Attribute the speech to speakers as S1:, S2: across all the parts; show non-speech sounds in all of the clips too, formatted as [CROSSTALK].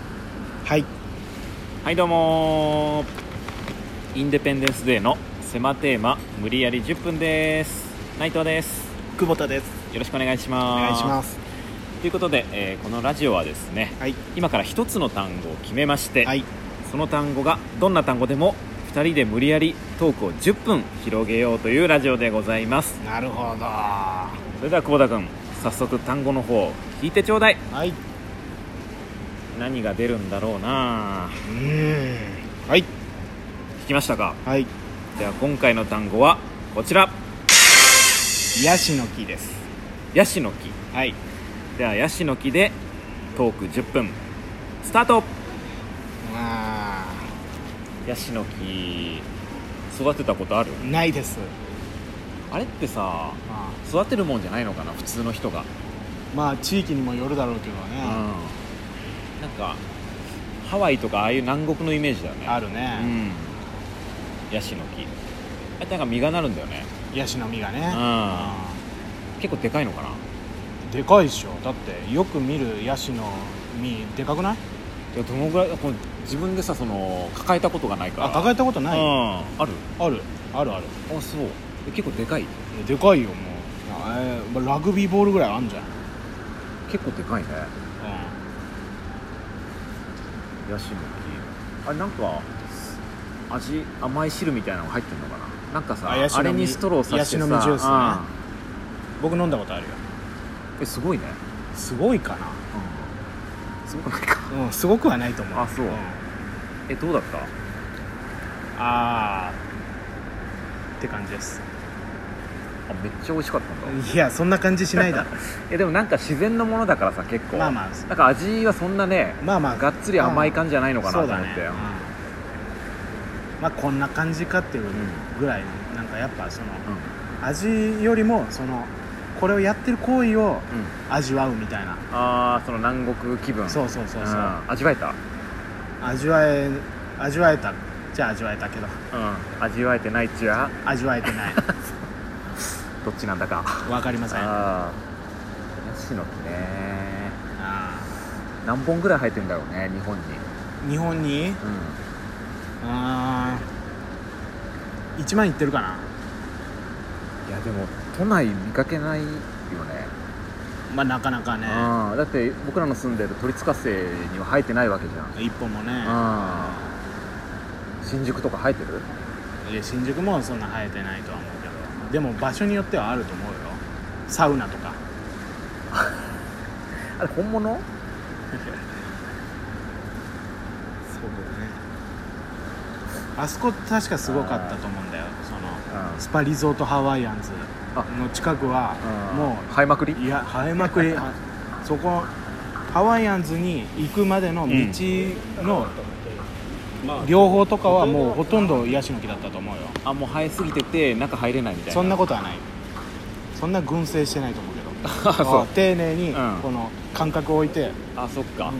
S1: はい
S2: はいどうもーインデペンデンスデーの狭テーマ無理やり10分です内藤です
S1: 久保田です
S2: よろしくお願いし
S1: お
S2: ます
S1: 願いします
S2: ということで、えーこのラジオはですね
S1: はい
S2: 今から一つの単語を決めまして、
S1: はい
S2: その単語がどんな単語でも2人で無理やりトークを10分広げようというラジオでございます
S1: なるほどは
S2: それでは久保田君早速単語の方を聞いてちょうだい
S1: いう
S2: 何が出るんだろうな
S1: ーんはい
S2: 聞きましたか
S1: はい
S2: では今回の単語はこちら
S1: ヤシの木です
S2: ヤシの木
S1: はい
S2: ではヤシの木でトーク10分スタート
S1: まあ
S2: ヤシの木育てたことある
S1: ないです
S2: あれってさ
S1: まあ
S2: 育てるもんじゃないのかな普通の人が
S1: まあ地域にもよるだろうけど
S2: うん
S1: ね、
S2: なんかハワイとかああいう南国のイメージだよね
S1: ある
S2: う
S1: ね、
S2: んヤシの木あれってなんか実がなるんだよね
S1: ヤシの実がね、
S2: うん結構でかいのかな
S1: うんでかいっしょだってよく見るヤシの実でかくない
S2: いやどのぐらいこう自分でさその抱えたことがないから
S1: あ抱えたこと
S2: え
S1: ない、
S2: うんある
S1: あるあるある
S2: あそうえ結構でかい
S1: えでかいよもうあえーまあラグビーボールぐらいあんじゃん、
S2: 結構でかいねヤシの木あれなんか味甘い汁みたいなのが入ってるのかななんかさ
S1: あ
S2: あ
S1: ヤシの実
S2: れにストローさして
S1: ヤ
S2: さ
S1: シの実ジュース僕飲んだことあるよ
S2: うんえすごいね、
S1: すごいかな
S2: すごくないか [LAUGHS]
S1: うんすごくはないと思う
S2: あそうんえどうだった
S1: あーって感じです
S2: あめっちゃ美味しかったんだ
S1: いやそんな感じしない
S2: [LAUGHS]
S1: だろ
S2: えでもなんか自然のものだからさ結構
S1: まあまあ
S2: なんか味はそんなね
S1: まあまあ
S2: がっつり甘い感じじゃないのかなと
S1: そう
S2: 思
S1: だ
S2: っ
S1: ね
S2: て、
S1: うんまあこんな感じかっていうぐらいのなんかやっぱその
S2: うん
S1: 味よりもそのこれをやってる行為を
S2: うん
S1: 味わうみたいな、
S2: ああその南国気分
S1: そうそうそうそう、
S2: ん味わえたうん
S1: 味わえ味わえたじゃあ味わえたけど
S2: 味わえてないっちは
S1: 味わえてない
S2: [LAUGHS] どっちなんだか
S1: わかりませんあ
S2: ああヤシの木ね
S1: あ
S2: 何本ぐらい生えてんだろうね日本に
S1: 日本に
S2: う
S1: ああ1万いってるかなん
S2: いやでも都内見かけないよね
S1: まあなかなかね
S2: うんだって僕らの住んでる鳥塚生には生えてないわけじゃん
S1: 一本もね
S2: あ新宿とか生えてる
S1: いや新宿もそんな生えてないとは思うけどでも場所によってはあると思うよサウナとか
S2: あれ本物
S1: そうねあそこ確かすごかったと思うんだよそのスパリゾートハワイアンズの近くはも
S2: うん生えまくり
S1: ういや生えま [LAUGHS] くりあそこハワイアンズに行くまでの道の両方とかはもうほとんどヤシの木だったと思うよ
S2: あもう生えすぎてて中入れないみたいな
S1: そんなことはないそんな群生してないと思うけど
S2: [LAUGHS] あそう
S1: 丁寧に
S2: うん
S1: この間隔を置いて、
S2: あそっか、
S1: うん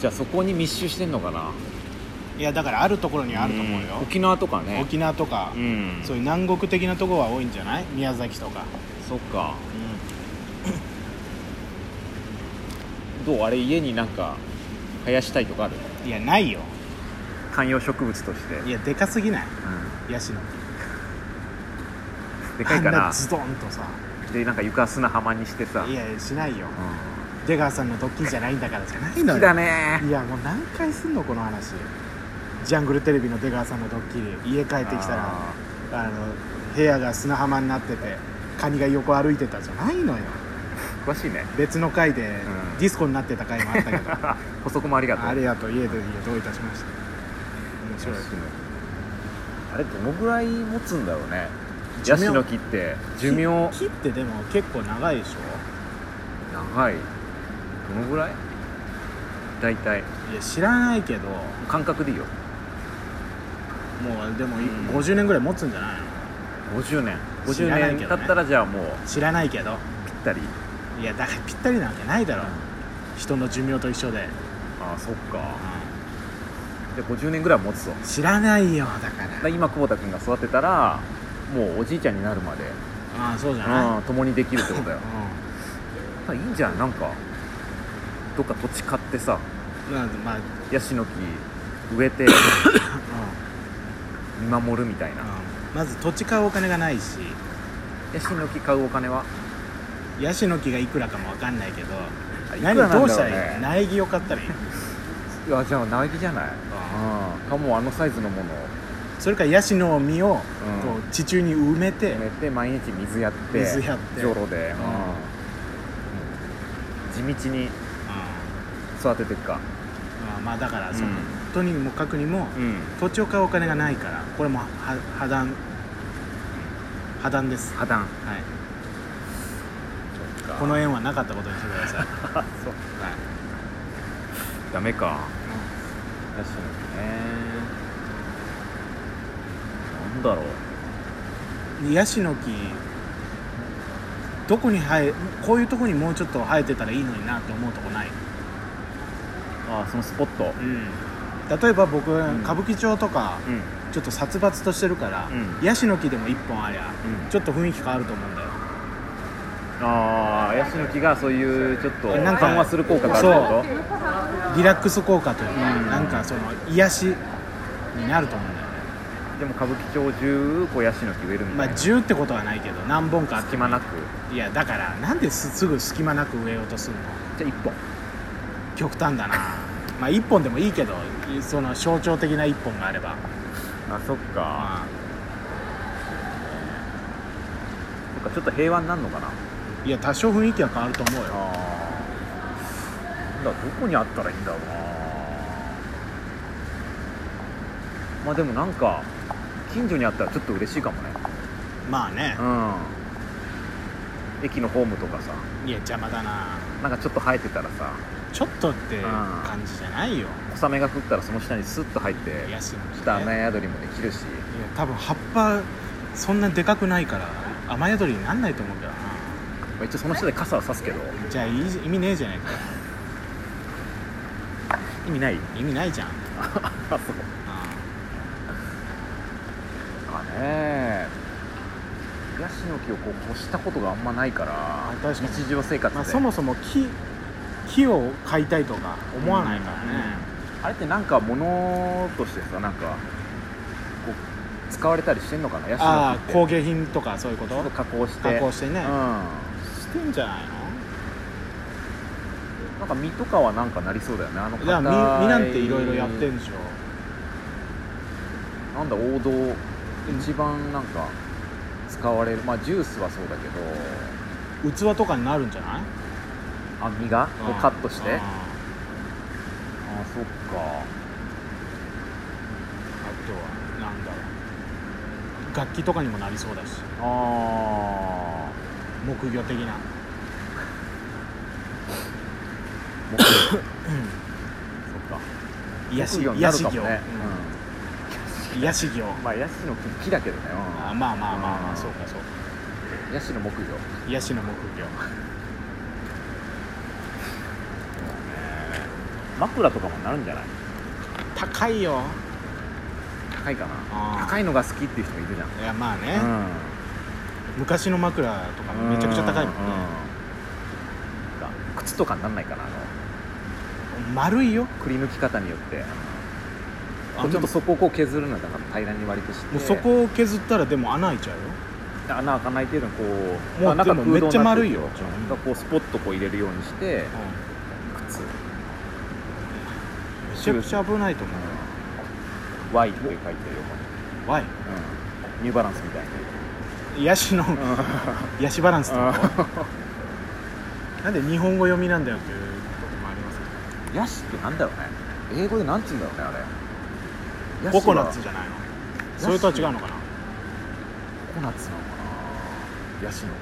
S2: じゃあそこに密集してんのかない
S1: やだからあるところにはあると思うよ
S2: ん、沖縄とかね
S1: 沖縄とか、
S2: うん
S1: そういう南国的なところは多いんじゃない宮崎とか、
S2: そっかどうあれ家になんか生やしたいとかある
S1: いやないよ
S2: 観葉植物として、
S1: いやでかすぎない
S2: うん
S1: ヤシの
S2: で
S1: 木
S2: かいか
S1: あん
S2: ら
S1: なズドンとさ
S2: でなんか床砂浜にしてさ
S1: いやいやしないよ
S2: うん
S1: 出川さんのドッキリじゃないんだからじゃないの
S2: 好き
S1: よ
S2: だね
S1: いやもう何回すんのこの話ジャングルテレビの出川さんのドッキリ家帰ってきたら
S2: あ
S1: あの部屋が砂浜になっててカニが横歩いてたじゃないのよ
S2: ー詳しいね [LAUGHS]
S1: 別の回で
S2: ん
S1: ディスコになってた回もあったけど
S2: 補足 [LAUGHS] もありがとう
S1: あれやと家でどういたしました面白い
S2: あれどのぐらい持つんだろうね
S1: 寿命
S2: ヤシの木って寿命
S1: 木木ってでも結構長いでし
S2: 長いどのぐらい大体
S1: ょいや知らないけども
S2: 感覚でいいよ
S1: うでも
S2: ん
S1: 50年ぐらい持つんじゃないの
S2: 50年
S1: 知らない
S2: 50
S1: け
S2: 年
S1: ど
S2: 経
S1: ね
S2: ったらじゃあもう
S1: 知らないけど
S2: ぴったり
S1: いやだからぴったりなわけないだろ人の寿命と一緒で、
S2: ああそっかで50年ぐらいは持つぞだか
S1: 知らないよだから
S2: ら今久保田君が育てたらもうおじいちゃんになるまで、
S1: ああそうじゃない、
S2: うん、共にできるってことだよ
S1: うん
S2: まあいいんじゃんなんかどっか土地買ってさ
S1: なんでまあ、うん
S2: ヤシの木植えて見守るみたいな
S1: うんまず土地買うお金がないし
S2: ヤシの木買うお金は
S1: ヤシの木がいくらかもわかんないけど
S2: あいくら
S1: 何
S2: なん
S1: ど
S2: だろ
S1: う
S2: ね
S1: したらいい苗木を買ったらいい
S2: いやじゃあ苗木じゃないうんかもうあのサイズのものを
S1: それからヤシの実をこ
S2: うん
S1: う地中に埋めて、
S2: 埋めて毎日水やって
S1: 水やって
S2: じょろで、うん地道に
S1: う
S2: 育てていくか
S1: んうんまあだからその、
S2: うん
S1: とにもかくにも
S2: うん
S1: 土地を買うお金がないからこれもは破談破談です、は
S2: 破
S1: い、
S2: 談そっか
S1: この縁はなかったことにしてください、はい
S2: あそうダメか確かにねなんだろう [LAUGHS]
S1: うんヤシの木どこに生えこういうとこにもうちょっと生えてたらいいのになって思うとこない、
S2: あそのスポット
S1: 例えば僕、
S2: ん
S1: 歌舞伎町とか
S2: うん
S1: ちょっと殺伐としてるから、
S2: う
S1: ヤシの木でも1本ありゃ、
S2: うん
S1: ちょっと雰囲気変わると思うんだよ
S2: ああヤシの木がそういうちょっと
S1: なんか
S2: 緩和する効果があるってこ
S1: リラックス効果というか、
S2: うん
S1: なんかその癒しになると思うんだよね
S2: とでも歌舞伎町中こうヤシの木植えるみ
S1: ま
S2: た
S1: あ
S2: いな、
S1: 10ってことはないけど何本かあって
S2: 隙間なく
S1: いやだからなんですすぐ隙間なく植えようとするの
S2: じゃあ1本
S1: 極端だなまあ1本でもいいけどその象徴的な1本があれば
S2: あそっか
S1: あ
S2: そっかちょっと平和になるのかない
S1: や多少雰囲気は変わると思うよ
S2: ああだからどこにあったらいいんだろうなまあでもなんか近所にあったらちょっと嬉しいかもね
S1: まあね
S2: うん駅のホームとかさ
S1: いや邪魔だな
S2: なんかちょっと生えてたらさ
S1: ちょっとって感じじゃないよ
S2: 小雨が降ったらその下にスッと入って
S1: ヤシの木ね
S2: 下雨宿りもできるし
S1: いや多分葉っぱそんなでかくないから雨宿りになんないと思うけどな
S2: まあ一応その下で傘は差すけど
S1: じゃあいいじ意味ねえじゃないか
S2: 意味ない
S1: 意味ないじゃん、うん
S2: [LAUGHS] あそうかねヤシの木をこう越したことがあんまないから
S1: 確かに
S2: 日常生活で、
S1: まあ、そもそも木木を買いたいとか思わないからね、
S2: あれってなんか物としてさなんかこう使われたりしてんのかなヤシ
S1: ああ
S2: の
S1: 工
S2: 木って
S1: 芸品とかそういうこ
S2: ちょっ
S1: と
S2: と加工して
S1: 加工してね
S2: うん、
S1: してんじゃない
S2: なんか実とかはなんかなりそうだよねあの
S1: のじゃあみ
S2: 硬
S1: みなんていろいろやってんでしょ
S2: なんだ王道一番なんか使われるまあジュースはそうだけど
S1: 器とかになるんじゃない
S2: あ実がこうカットして
S1: うんあ
S2: ああそっか
S1: とはなんだろう楽器とかにもなりそうだし
S2: ああ
S1: 木魚的な
S2: 木そっか
S1: 癒し
S2: 木魚
S1: 業
S2: にな
S1: 癒
S2: る
S1: し
S2: か
S1: 業
S2: もね、
S1: うん癒し業
S2: うんまあヤシの木木だけどね、
S1: あまあまあまあまあそうかそうか
S2: うん、ヤシの木魚
S1: 癒しの木魚
S2: 枕とかもなるんじゃない
S1: 高いよ
S2: 高いか
S1: あー
S2: な高いのが好きっていう人もいるじゃん
S1: いやまあね、
S2: うん
S1: 昔の枕とかもめちゃくちゃ高いもんね
S2: うんなんか靴とかになんないかなあの
S1: 丸いよ
S2: くり抜き方によって
S1: あ
S2: こうちょっとそこをこう削るのだから平らに割りとして
S1: もうそこを削ったらでも穴開いちゃうよ
S2: 穴開かない程度にこう
S1: もう
S2: あ中
S1: でもめっちゃ丸いよ
S2: 空洞になってるなんかこうスポッとこう入れるようにして靴
S1: めちゃくちゃ危ないと思う
S2: Y って書いてる横に、
S1: わい
S2: うん、ニューバランスみたいに
S1: ヤシのヤシバランスとかなんで日本語読みなんだよっていうこともありますけ
S2: ヤシってなんだろうね英語でなんて言うんだろうねあれ
S1: ど
S2: ヤシ
S1: コ
S2: は
S1: コナッツじゃないのそれとは違うのかな
S2: ココナッツなのかなヤシの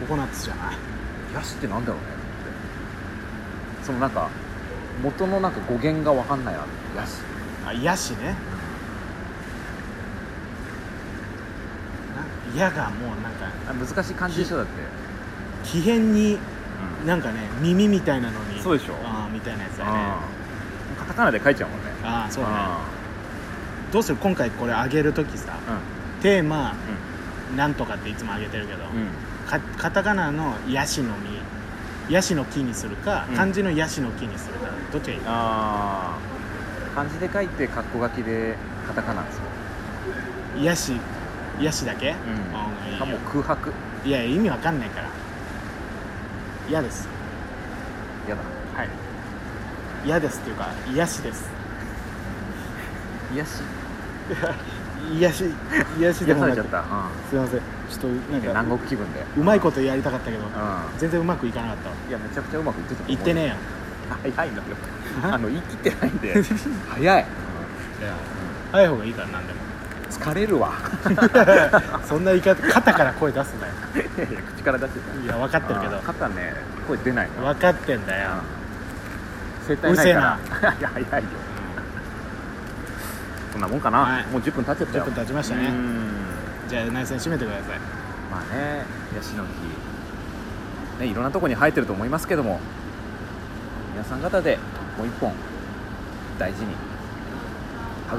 S1: ココナッツじゃない
S2: ヤシってなんだろうねってそのなんか元のなんか語源がわかんないなヤシ
S1: あヤシねな矢がもうなんか
S2: あ難しい漢字でしょだって、
S1: 奇変になんかね耳みたいなのに
S2: そうでしょ
S1: あーみたいなやつだよね
S2: あーカタカナで書いちゃうもんね
S1: ああそうね
S2: あ
S1: どうする今回これ上げる時さ
S2: ー
S1: テーマなんとかっていつも上げてるけど、
S2: うんうん
S1: かカタカナのヤシの実ヤシの木にするか、
S2: うん
S1: 漢字のヤシの木にするかどっちがいいか
S2: ああ漢字で書いてカッコ書きでカタカナですよ、
S1: ヤシヤシだけ、うんいいよ
S2: あもう空白
S1: いや意味わかんないから嫌です
S2: やだ
S1: はい嫌ですっていうか癒しです
S2: 癒やし
S1: 癒し癒しで
S2: 癒
S1: もな
S2: され
S1: く
S2: ちゃった、
S1: すいませんちょっとなん
S2: うん、
S1: か
S2: 南国気分で
S1: うまいことやりたかったけど
S2: うんい
S1: 全然うまくいかなかったわ
S2: やめちゃくちゃうまくいってたと思う
S1: 言ってね
S2: 早いのよあの言い切ってないん
S1: [LAUGHS]
S2: で早い
S1: えよ早い方がいいからなんでも
S2: 疲れるわ
S1: そんな言い方肩から声出すなよ
S2: いやいや口から出してた
S1: いや分かってるけ
S2: あー
S1: ど
S2: 肩ね声出ないの
S1: 分かってんだよ、
S2: うん声帯ないからいや早いよこんなもんかな、
S1: はい
S2: もう10分経っちゃったよ
S1: 10分経ちましたね
S2: うん
S1: じゃあ内戦閉めてください
S2: まあねヤシの木ねいろんなとこに生えてると思いますけども皆さん方でもう一本大事に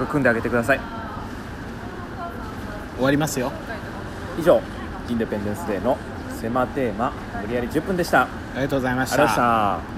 S2: 育んであげてください
S1: 終わりますよ
S2: 以上インデペンデンスデーの狭テーマ無理やり10分でしたあ
S1: ありがとうございま
S2: りがとうございました